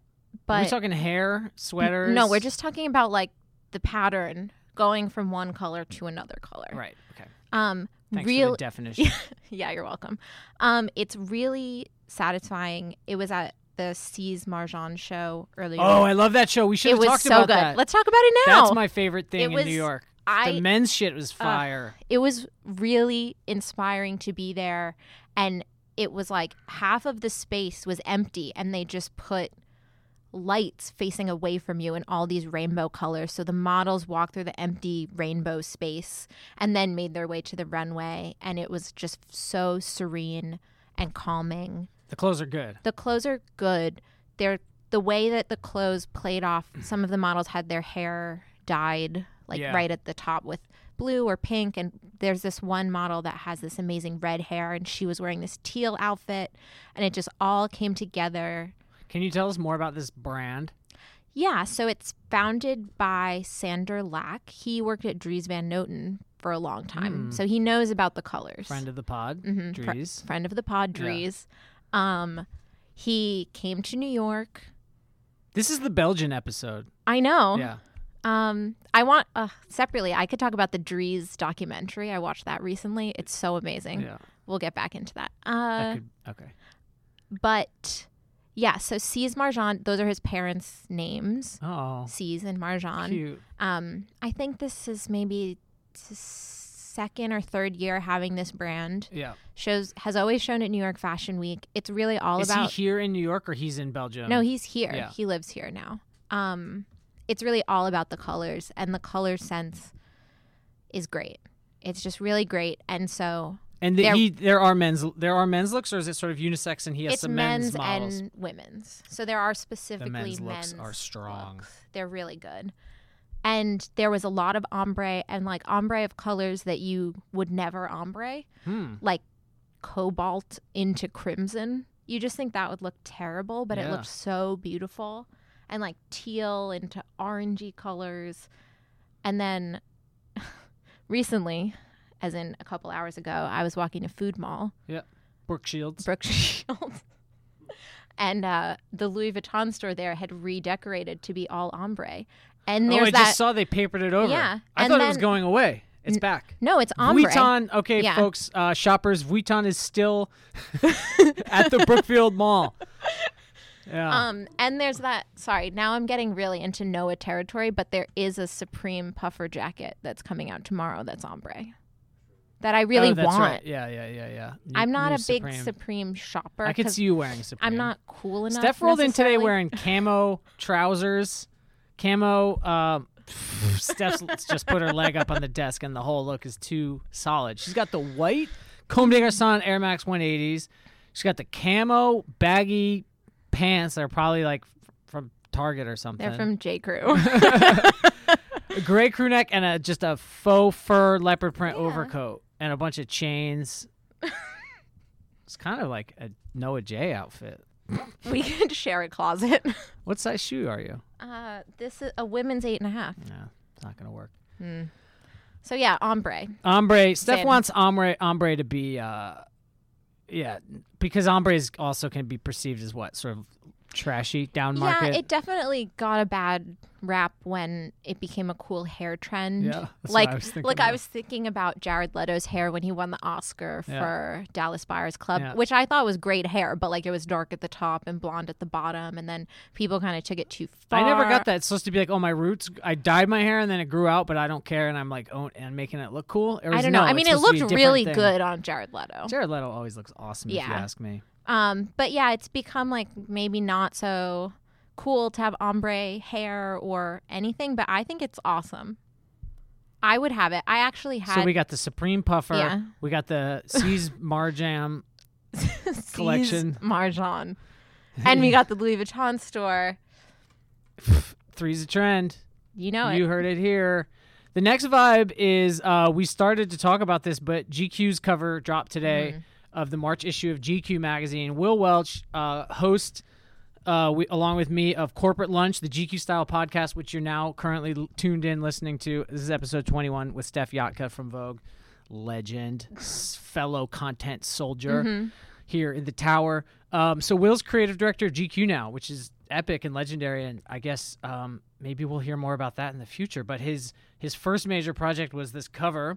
S1: Are we
S2: but
S1: talking hair, sweaters?
S2: no, we're just talking about like the pattern going from one color to another color.
S1: right. Okay.
S2: Um,
S1: Thanks
S2: real
S1: for the definition.
S2: Yeah, you're welcome. Um, it's really satisfying. It was at the Seas Marjan show earlier.
S1: oh, I love that show. We should
S2: it
S1: have
S2: was
S1: talked
S2: so
S1: about
S2: good.
S1: that.
S2: Let's talk about it now.
S1: That's my favorite thing
S2: It
S1: in
S2: was-
S1: New York. the
S2: I uh,
S1: men's shit was fire.
S2: it was really inspiring to be there, and it was like half of the space was empty, and they just put lights facing away from you in all these rainbow colors so the models walked through the empty rainbow space and then made their way to the runway and it was just so serene and calming
S1: the clothes are good.
S2: the clothes are good. They're the way that the clothes played off. Some of the models had their hair dyed like
S1: Yeah.
S2: right at the top with blue or pink and there's this one model that has this amazing red hair and she was wearing this teal outfit and it just all came together.
S1: Can you tell us more about this brand?
S2: Yeah, so it's founded by Sander Lack. He worked at Dries Van Noten for a long time.
S1: Mm.
S2: So he knows about the colors.
S1: Friend of the pod,
S2: Mhm, fr-
S1: Dries.
S2: friend of the pod
S1: Yeah.
S2: Dries. Um he came to New York.
S1: This is the Belgian episode.
S2: I know.
S1: Yeah.
S2: Um, I want uh, separately. I could talk about the Dries documentary. I watched that recently. It's so amazing.
S1: Yeah.
S2: We'll get back into that.
S1: That
S2: Uh,
S1: could, okay.
S2: but yeah, so C's Marjan. Those are his parents' names.
S1: Oh,
S2: C's and Marjan.
S1: cute.
S2: Um, I think this is maybe s- second or third year having this brand.
S1: Yeah.
S2: Shows has always shown at New York Fashion Week. It's really all
S1: is
S2: about
S1: he here in New York or he's in Belgium?
S2: No, he's here.
S1: yeah.
S2: He lives here now. Um, it's really all about the colors, and the color sense is great. It's just really great, and so
S1: and the,
S2: there-
S1: he there are men's there are men's looks or is it sort of unisex and he has
S2: it's
S1: some
S2: men's,
S1: models.
S2: and women's. So there are
S1: the
S2: specifically
S1: men's looks are
S2: men's
S1: strong.
S2: looks. They're really good, and there was a lot of ombre and like ombre of colors that you would never ombre,
S1: Hmm.
S2: like cobalt into crimson. You just think that would look terrible, but it
S1: Yeah.
S2: looked so beautiful and like teal into orangey colors. And then recently, as in a couple hours ago, I was walking a food mall,
S1: Brooke Shields.
S2: Brook Shields. And uh, the Louis Vuitton store there had redecorated to be all ombre. And
S1: oh,
S2: there's
S1: I
S2: that.
S1: just saw they papered it over.
S2: Yeah,
S1: I
S2: and
S1: thought it was
S2: then-
S1: going away. It's back.
S2: no, it's ombre.
S1: Vuitton, okay,
S2: Yeah.
S1: folks, uh, shoppers, Vuitton is still at the Brookfield Mall. Yeah.
S2: Um, and there's that. Sorry, now I'm getting really into Noah territory, but there is a Supreme puffer jacket that's coming out tomorrow. That's ombre, that I really
S1: Oh, that's
S2: want.
S1: right. Yeah, yeah, yeah, yeah. New-
S2: I'm not
S1: new
S2: a big
S1: Supreme.
S2: Supreme, shopper.
S1: I could
S2: 'cause
S1: see you wearing Supreme.
S2: I'm not cool enough.
S1: Steph rolled in today
S2: necessarily.
S1: wearing camo trousers, camo. Um, Steph's let's just put her leg up on the desk, and the whole look is too solid. She's got the white Comme des Garçons Air Max 180s. She's got the camo baggy pants that are probably like f- from Target or something.
S2: They're from J Crew.
S1: a gray crew neck and a just a faux fur leopard print
S2: Yeah.
S1: overcoat and a bunch of chains. it's kind of like a Noah J outfit.
S2: we could share a closet.
S1: What size shoe are you?
S2: Uh, this is a women's eight and a half.
S1: No, it's not gonna work.
S2: So yeah, ombre.
S1: Ombre. Steph
S2: Same.
S1: wants ombre. Ombre to be, uh, yeah, because ombre is also can be perceived as what sort of trashy down market.
S2: Yeah, it definitely got a bad rap when it became a cool hair trend.
S1: Yeah, that's what
S2: like
S1: I was thinking
S2: like
S1: about.
S2: I was thinking about Jared Leto's hair when he won the Oscar
S1: Yeah.
S2: for Dallas Buyers Club,
S1: Yeah.
S2: which I thought was great hair, but like it was dark at the top and blonde at the bottom, and then people kind of took it too far.
S1: I never got that. It's supposed to be like, oh, my roots. I dyed my hair and then it grew out, but I don't care, and I'm like, oh, and making it look cool. Or
S2: I
S1: is-
S2: don't know.
S1: no,
S2: I
S1: it's
S2: mean, it
S1: supposed to be a
S2: looked
S1: different
S2: really
S1: thing.
S2: good on Jared Leto.
S1: Jared Leto always looks awesome if you
S2: Yeah.
S1: ask me.
S2: Um, but yeah, it's become like maybe not so cool to have ombre hair or anything, but I think it's awesome. I would have it. I actually had
S1: So we got the Supreme Puffer.
S2: Yeah.
S1: We got the Seas Marjam.
S2: C's
S1: collection.
S2: Marjan, and we got the Louis Vuitton store.
S1: Three's a trend.
S2: You know
S1: you
S2: it.
S1: heard it here. The next vibe is uh, we started to talk about this, but GQ's cover dropped today
S2: Mm-hmm.
S1: of the March issue of GQ magazine. Will Welch, uh, host uh, we, along with me of Corporate Lunch, the GQ style podcast, which you're now currently l- tuned in listening to. This is episode 21 with Steph Yatka from Vogue, legend, s- fellow content soldier
S2: Mm-hmm.
S1: here in the tower. Um, so Will's creative director of GQ now, which is epic and legendary, and I guess um, maybe we'll hear more about that in the future. But his his first major project was this cover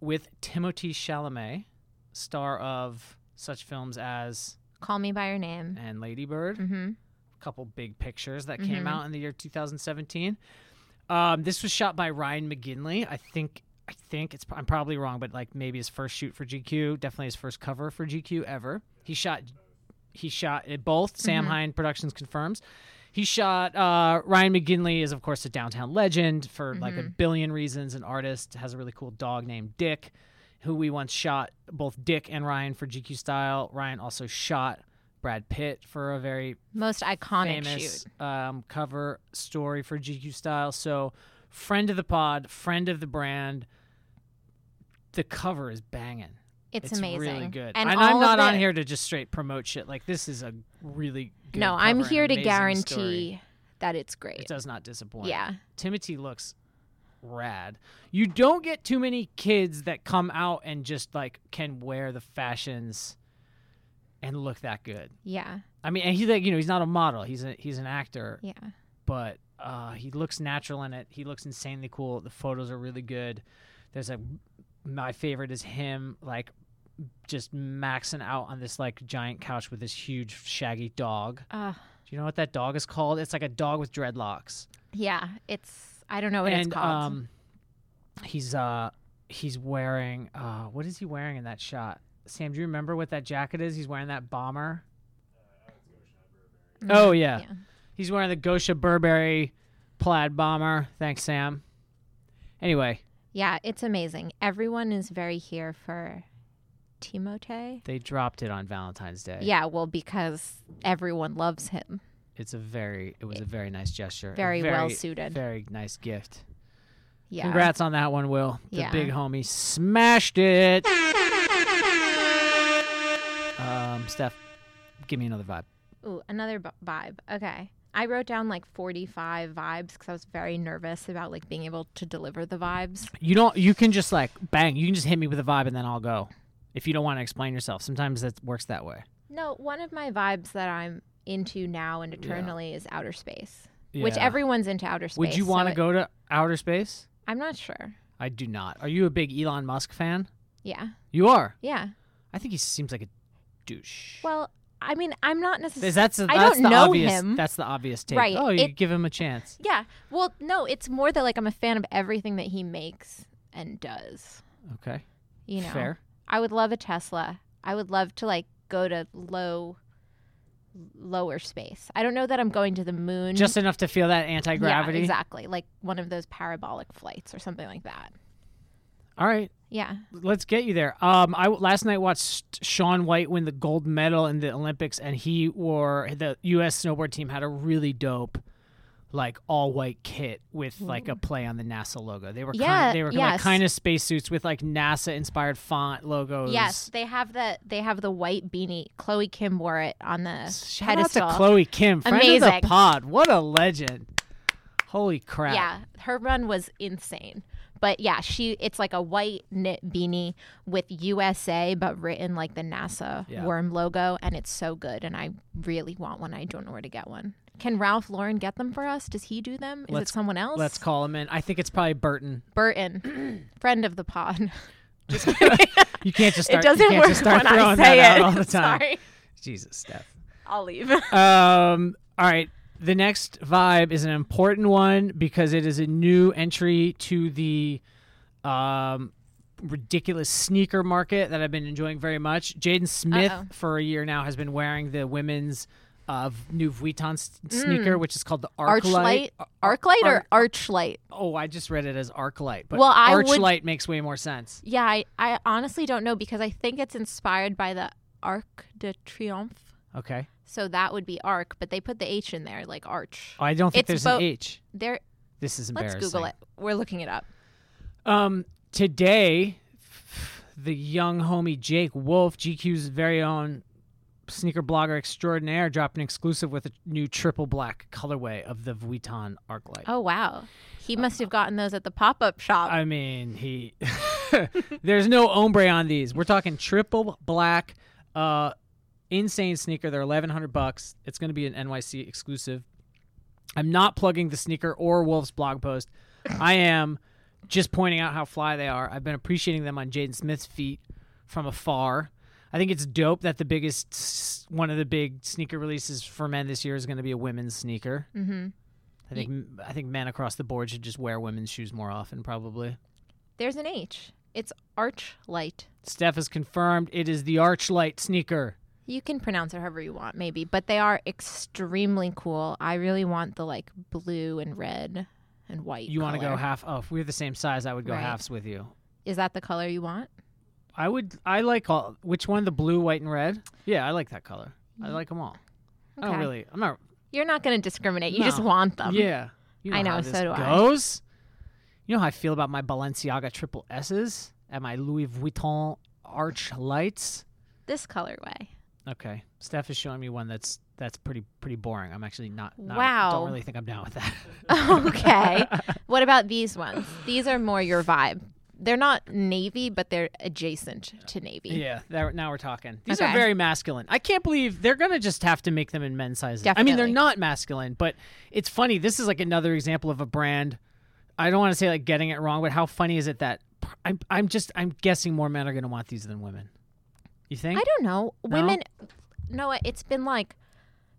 S1: with Timothy Chalamet, star of such films as
S2: Call me by your name.
S1: and Lady Bird
S2: hmm
S1: couple big pictures that came out in the year 2017. Um, this was shot by Ryan McGinley. I think I think it's I'm probably wrong, but like maybe his first shoot for GQ, definitely his first cover for GQ ever. He shot he shot it both. Sam Hine Productions confirms. He shot uh, Ryan McGinley is of course a downtown legend for like a billion reasons. An artist has a really cool dog named Dick, who we once shot both Dick and Ryan for GQ style. Ryan also shot Brad Pitt for a very
S2: Most iconic
S1: famous
S2: shoot.
S1: um, cover story for GQ Style. So, friend of the pod, friend of the brand. The cover is banging.
S2: It's, amazing.
S1: really good.
S2: And,
S1: And,
S2: all
S1: I'm
S2: of
S1: not
S2: it-
S1: on here to just straight promote shit. Like this is a really good
S2: No, I'm
S1: cover and
S2: here to
S1: amazing
S2: guarantee
S1: story.
S2: that it's great.
S1: it does not disappoint.
S2: yeah.
S1: Timothy looks rad. You don't get too many kids that come out and just like can wear the fashions and look that good.
S2: Yeah.
S1: I mean, and he's like, you know, he's not a model. He's a he's an actor
S2: Yeah.
S1: but uh, he looks natural in it. He looks insanely cool. The photos are really good. There's a my favorite is him like just maxing out on this like giant couch with this huge shaggy dog.
S2: Uh,
S1: Do you know what that dog is called? It's like a dog with dreadlocks.
S2: yeah. It's I don't know what
S1: and
S2: Oh, it's called.
S1: um he's uh he's wearing uh what is he wearing in that shot? Sam, do you remember what that jacket is? He's wearing that bomber.
S2: Mm.
S1: Oh yeah.
S2: Mm-hmm. yeah.
S1: He's wearing the Gosha Burberry plaid bomber. Thanks, Sam. Anyway,
S2: Yeah, it's amazing. Everyone is very here for Timote.
S1: they dropped it on Valentine's Day.
S2: Yeah, well, because everyone loves him.
S1: It's a very it was a very nice gesture. A
S2: Very well suited.
S1: Very nice gift.
S2: Yeah.
S1: Congrats on that one, Will. The
S2: Yeah.
S1: big homie smashed it. Um, Steph, give me another vibe.
S2: Ooh, another b- vibe. Okay. I wrote down like 45 vibes because I was very nervous about like being able to deliver the vibes.
S1: You don't you can just like bang, you can just hit me with a vibe and then I'll go. If you don't want to explain yourself. Sometimes that works that way.
S2: No, one of my vibes that I'm into now and eternally is outer space which
S1: Yeah.
S2: everyone's into outer space.
S1: Would you
S2: so
S1: want to
S2: it-
S1: go to outer space?
S2: I'm not sure.
S1: I do not. Are you a big Elon Musk fan?
S2: Yeah.
S1: You are.
S2: Yeah.
S1: I think he seems like a douche.
S2: Well, I mean, I'm not necessarily.
S1: Is that's, that's
S2: I don't
S1: the
S2: know
S1: obvious,
S2: him.
S1: That's the obvious take.
S2: Right,
S1: Oh, you
S2: it-
S1: give him a chance.
S2: yeah. Well, no, it's more that like I'm a fan of everything that he makes and does.
S1: Okay.
S2: You know.
S1: Fair.
S2: I would love a Tesla. I would love to like go to low lower space. I don't know that I'm going to the moon.
S1: Just enough to feel that anti gravity.
S2: Yeah, exactly. Like one of those parabolic flights or something like that.
S1: All right.
S2: Yeah.
S1: Let's get you there. Um, I last night watched Sean White win the gold medal in the Olympics, and he wore the U.S. snowboard team had a really dope, like all white kit with like a play on the NASA logo. They were
S2: Yeah,
S1: kind, they were like
S2: yes.
S1: kind of spacesuits with like NASA inspired font logos.
S2: Yes, they have the they have the white beanie. Chloe Kim wore it on the
S1: Shout
S2: pedestal.
S1: out to Chloe Kim, friend of
S2: Amazing.
S1: the pod. What a legend! Holy crap!
S2: Yeah, her run was insane. But yeah, she it's like a white knit beanie with USA but written like the NASA
S1: Yeah.
S2: worm logo and it's so good and I really want one. I don't know where to get one. Can Ralph Lauren get them for us? Does he do them? Is
S1: Let's-
S2: it someone else?
S1: Let's call him in. I think it's probably Burton.
S2: Burton, friend of the pod.
S1: You can't just
S2: it
S1: start.
S2: doesn't
S1: you can't
S2: work
S1: just start
S2: when I
S1: throwing
S2: say
S1: that out
S2: it.
S1: all the time.
S2: Sorry.
S1: Jesus, Steph.
S2: I'll leave.
S1: Um, all right. The next vibe is an important one because it is a new entry to the um, ridiculous sneaker market that I've been enjoying very much. Jaden Smith,
S2: Uh-oh.
S1: for a year now, has been wearing the women's uh, new Vuitton s-
S2: Mm.
S1: sneaker, which is called the Arc
S2: Archlight,
S1: Light.
S2: Arclight or
S1: Ar-
S2: Archlight?
S1: Oh, I just read it as Arc Light, but
S2: Well, I would-
S1: Arch Light makes way more sense.
S2: Yeah, I, I honestly don't know because I think it's inspired by the Arc de Triomphe.
S1: Okay.
S2: So that would be arc, but they put the H in there, like arch.
S1: I don't think
S2: It's
S1: there's
S2: bo-
S1: an H.
S2: There,
S1: This is
S2: let's
S1: embarrassing.
S2: Google it. We're looking it up.
S1: Um, today, the young homie Jake Wolf, GQ's very own sneaker blogger extraordinaire, dropped an exclusive with a new triple black colorway of the Vuitton Arclight.
S2: Oh wow, he must have gotten those at the pop up shop.
S1: I mean, he there's no ombre on these. We're talking triple black, uh, insane sneaker. They're 1100 bucks. It's going to be an NYC exclusive. I'm not plugging the sneaker or Wolf's blog post. I am just pointing out how fly they are. I've been appreciating them on Jaden Smith's feet from afar. I think it's dope that the biggest, s- one of the big sneaker releases for men this year is going to be a women's sneaker.
S2: mm-hmm.
S1: I think I think men across the board should just wear women's shoes more often, probably.
S2: There's an H. It's arch light.
S1: Steph has confirmed it is the Archlight sneaker.
S2: You can pronounce it however you want, maybe, but they are extremely cool. I really want the like blue and red and white.
S1: You want to go
S2: color.
S1: half? Oh, if we we're the same size, I would go
S2: Right.
S1: halves with you.
S2: Is that the color you want?
S1: I would. I like all. Which one? The blue, white, and red. Yeah, I like that color. I like them all. I don't
S2: Mm-hmm. Okay.
S1: really. I'm not.
S2: You're not going to discriminate. You just
S1: No.
S2: want them.
S1: yeah. You know
S2: I know,
S1: How
S2: so
S1: this
S2: do I.
S1: goes. You know how I feel about my Balenciaga triple S's and my Louis Vuitton Arch Lights.
S2: This colorway.
S1: Okay, Steph is showing me one that's that's pretty pretty boring. I'm actually not. not
S2: Wow.
S1: Don't really think I'm down with that.
S2: okay. What about these ones? These are more your vibe. They're not navy, but they're adjacent to navy.
S1: Yeah, there- now we're talking. These are
S2: Okay.
S1: very masculine. I can't believe they're gonna just have to make them in men's sizes. I mean, they're
S2: Definitely.
S1: not masculine, but it's funny. This is like another example of a brand. I don't want to say like getting it wrong, but how funny is it that I'm I'm just I'm guessing more men are gonna want these than women. You think?
S2: I don't know. Women, Noah, it's been like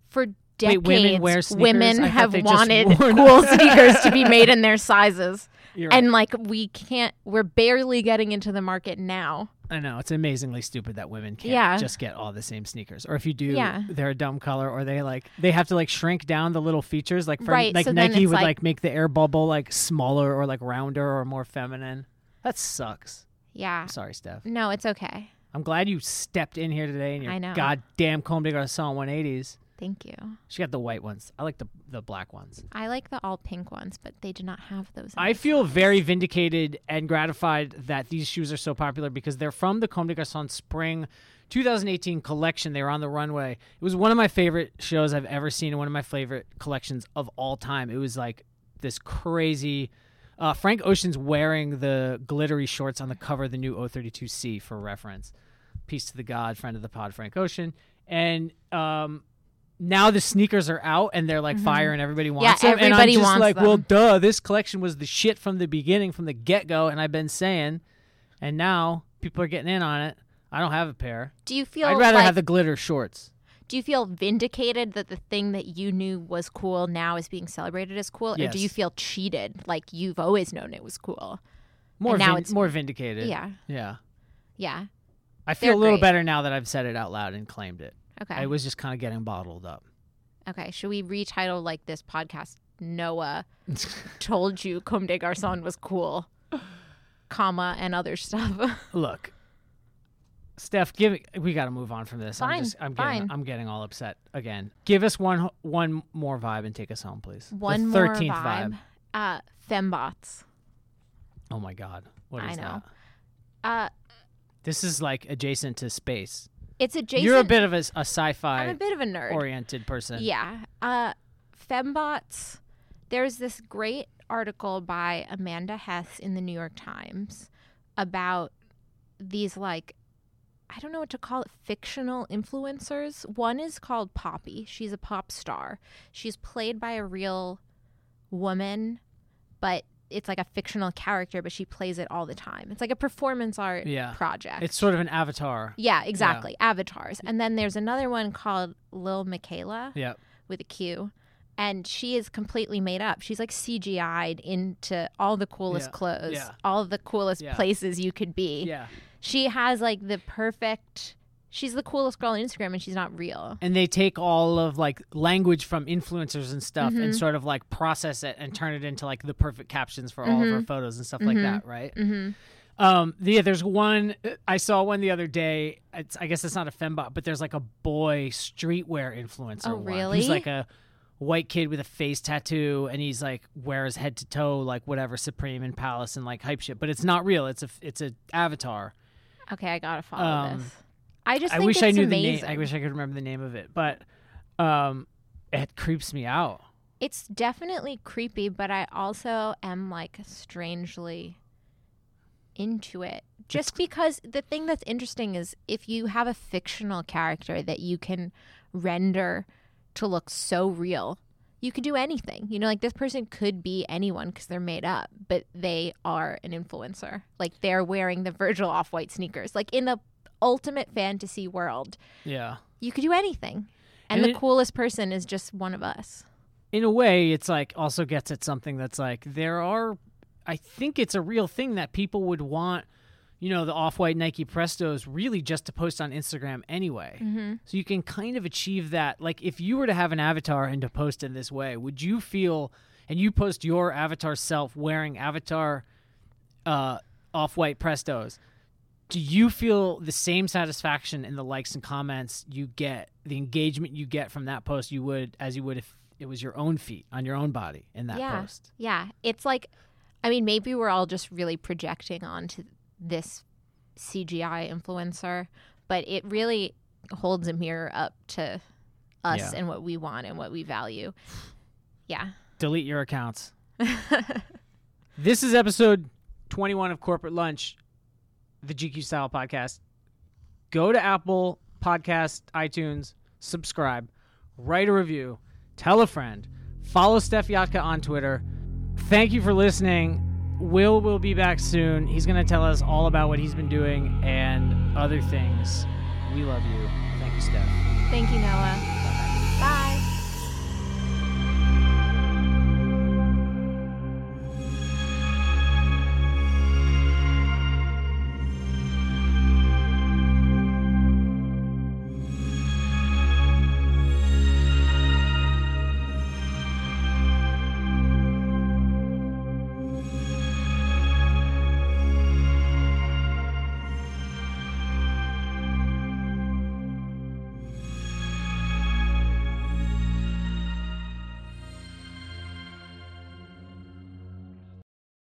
S2: for
S1: Wait,
S2: decades.
S1: women wear sneakers?
S2: women
S1: I thought
S2: have
S1: they just
S2: wanted
S1: wore
S2: cool sneakers to be made in their sizes,
S1: You're right.
S2: and like we can't. We're barely getting into the market now.
S1: I know it's amazingly stupid that women can't
S2: Yeah.
S1: just get all the same sneakers, or if you do,
S2: Yeah.
S1: they're a dumb color, or they like they have to like shrink down the little features, like for,
S2: Right,
S1: like
S2: so then
S1: Nike
S2: it's
S1: would like,
S2: like-
S1: make the air bubble like smaller or like rounder or more feminine. That sucks.
S2: Yeah.
S1: I'm sorry, Steph.
S2: No, it's okay.
S1: I'm glad you stepped in here today in your
S2: I know.
S1: goddamn Comme des Garçons 180s.
S2: Thank you.
S1: She got the white ones. I like the the black ones.
S2: I like the all pink ones, but they do not have those. in
S1: I
S2: this
S1: feel
S2: size.
S1: very vindicated and gratified that these shoes are so popular because they're from the Comme des Garçons Spring 2018 collection. They were on the runway. It was one of my favorite shows I've ever seen and one of my favorite collections of all time. It was like this crazy. Uh, Frank Ocean's wearing the glittery shorts on the cover of the new 032C for reference. Peace to the God, friend of the pod, Frank Ocean. And um, now the sneakers are out and they're like
S2: Mhm.
S1: fire and everybody wants them. and I'm
S2: everybody
S1: just
S2: wants
S1: like, well,
S2: them.
S1: duh, this collection was the shit from the beginning, from the get go, and I've been saying, and now people are getting in on it. I don't have a pair.
S2: Do you feel
S1: I'd rather
S2: like,
S1: have the glitter shorts.
S2: do you feel vindicated that the thing that you knew was cool now is being celebrated as cool, or do
S1: Yes.
S2: you feel cheated, like you've always known it was cool?
S1: More
S2: And now
S1: vin-
S2: it's-
S1: more vindicated.
S2: Yeah,
S1: Yeah.
S2: yeah,
S1: I feel
S2: They're
S1: a little
S2: great.
S1: better now that I've said it out loud and claimed it.
S2: okay,
S1: I was just kind of getting bottled up.
S2: okay. Should we retitle like this podcast? Noah told you Comme des Garçons was cool, comma and other stuff.
S1: Look, Steph, give me, we got to move on from this. I'm
S2: Fine,
S1: just I'm getting
S2: fine.
S1: I'm getting all upset again. Give us one one more vibe and take us home, please. The
S2: One more
S1: 13th
S2: vibe. Uh, fembots.
S1: Oh my god. What is
S2: I know.
S1: that?
S2: Uh,
S1: This is like adjacent to space.
S2: it's adjacent.
S1: You're a bit of a, a
S2: I'm a
S1: sci-fi
S2: bit of a nerd.
S1: oriented person.
S2: Yeah. Uh, fembots. There's this great article by Amanda Hess in the New York Times about these like I don't know what to call it fictional influencers. One is called Poppy. She's a pop star. She's played by a real woman, but it's like a fictional character, but she plays it all the time. It's like a performance art
S1: Yeah.
S2: project.
S1: It's sort of an avatar.
S2: yeah, exactly. Avatars. And then there's another one called Lil Michaela
S1: Yeah.
S2: with a Q. And she is completely made up. She's like CGI'd into all the coolest
S1: Yeah,
S2: clothes,
S1: yeah.
S2: all the coolest
S1: Yeah.
S2: places you could be.
S1: Yeah.
S2: She has like the perfect. She's the coolest girl on Instagram, and she's not real.
S1: And they take all of like language from influencers and stuff
S2: Mm-hmm.
S1: and sort of like process it and turn it into like the perfect captions for
S2: Mm-hmm.
S1: all of her photos and stuff like that, right?
S2: hmm
S1: Um, yeah, there's one I saw one the other day. It's, I guess it's not a fembot, but there's like a boy streetwear influencer.
S2: Oh,
S1: one
S2: really?
S1: Who's like a white kid with a face tattoo, and he's like wears head to toe like whatever Supreme and Palace and like hype shit. But it's not real. It's a it's a avatar.
S2: Okay, I gotta follow
S1: Um,
S2: this. I just
S1: I
S2: think
S1: wish
S2: it's
S1: I knew
S2: amazing.
S1: the name. I wish I could remember the name of it, but um, it creeps me out.
S2: it's definitely creepy, but I also am like strangely into it. Just because the thing that's interesting is if you have a fictional character that you can render to look so real, you could do anything. You know, like this person could be anyone because they're made up, but they are an influencer. Like they're wearing the Virgil off white sneakers. Like in the ultimate fantasy world,
S1: Yeah.
S2: you could do anything. And,
S1: And
S2: the
S1: it-
S2: coolest person is just one of us.
S1: in a way, it's like also gets at something that's like there are. I think it's a real thing that people would want. You know, the off-white Nike Prestos really just to post on Instagram anyway.
S2: Mm-hmm.
S1: So you can kind of achieve that. Like if you were to have an avatar and to post in this way, would you feel? And you post your avatar self wearing avatar uh, off-white Prestos. Do you feel the same satisfaction in the likes and comments you get, the engagement you get from that post, you would as you would if it was your own feet on your own body in that
S2: Yeah.
S1: post?
S2: Yeah, it's like, I mean, maybe we're all just really projecting onto this CGI influencer, but it really holds a mirror up to us
S1: Yeah.
S2: and what we want and what we value. Yeah.
S1: Delete your accounts. This is episode 21 of Corporate Lunch, the GQ Style podcast. Go to Apple Podcast, iTunes, subscribe, write a review, tell a friend, follow Steph Yatka on Twitter. Thank you for listening. Will will be back soon. He's going to tell us all about what he's been doing and other things. We love you. Thank you, Steph.
S2: Thank you, Noah.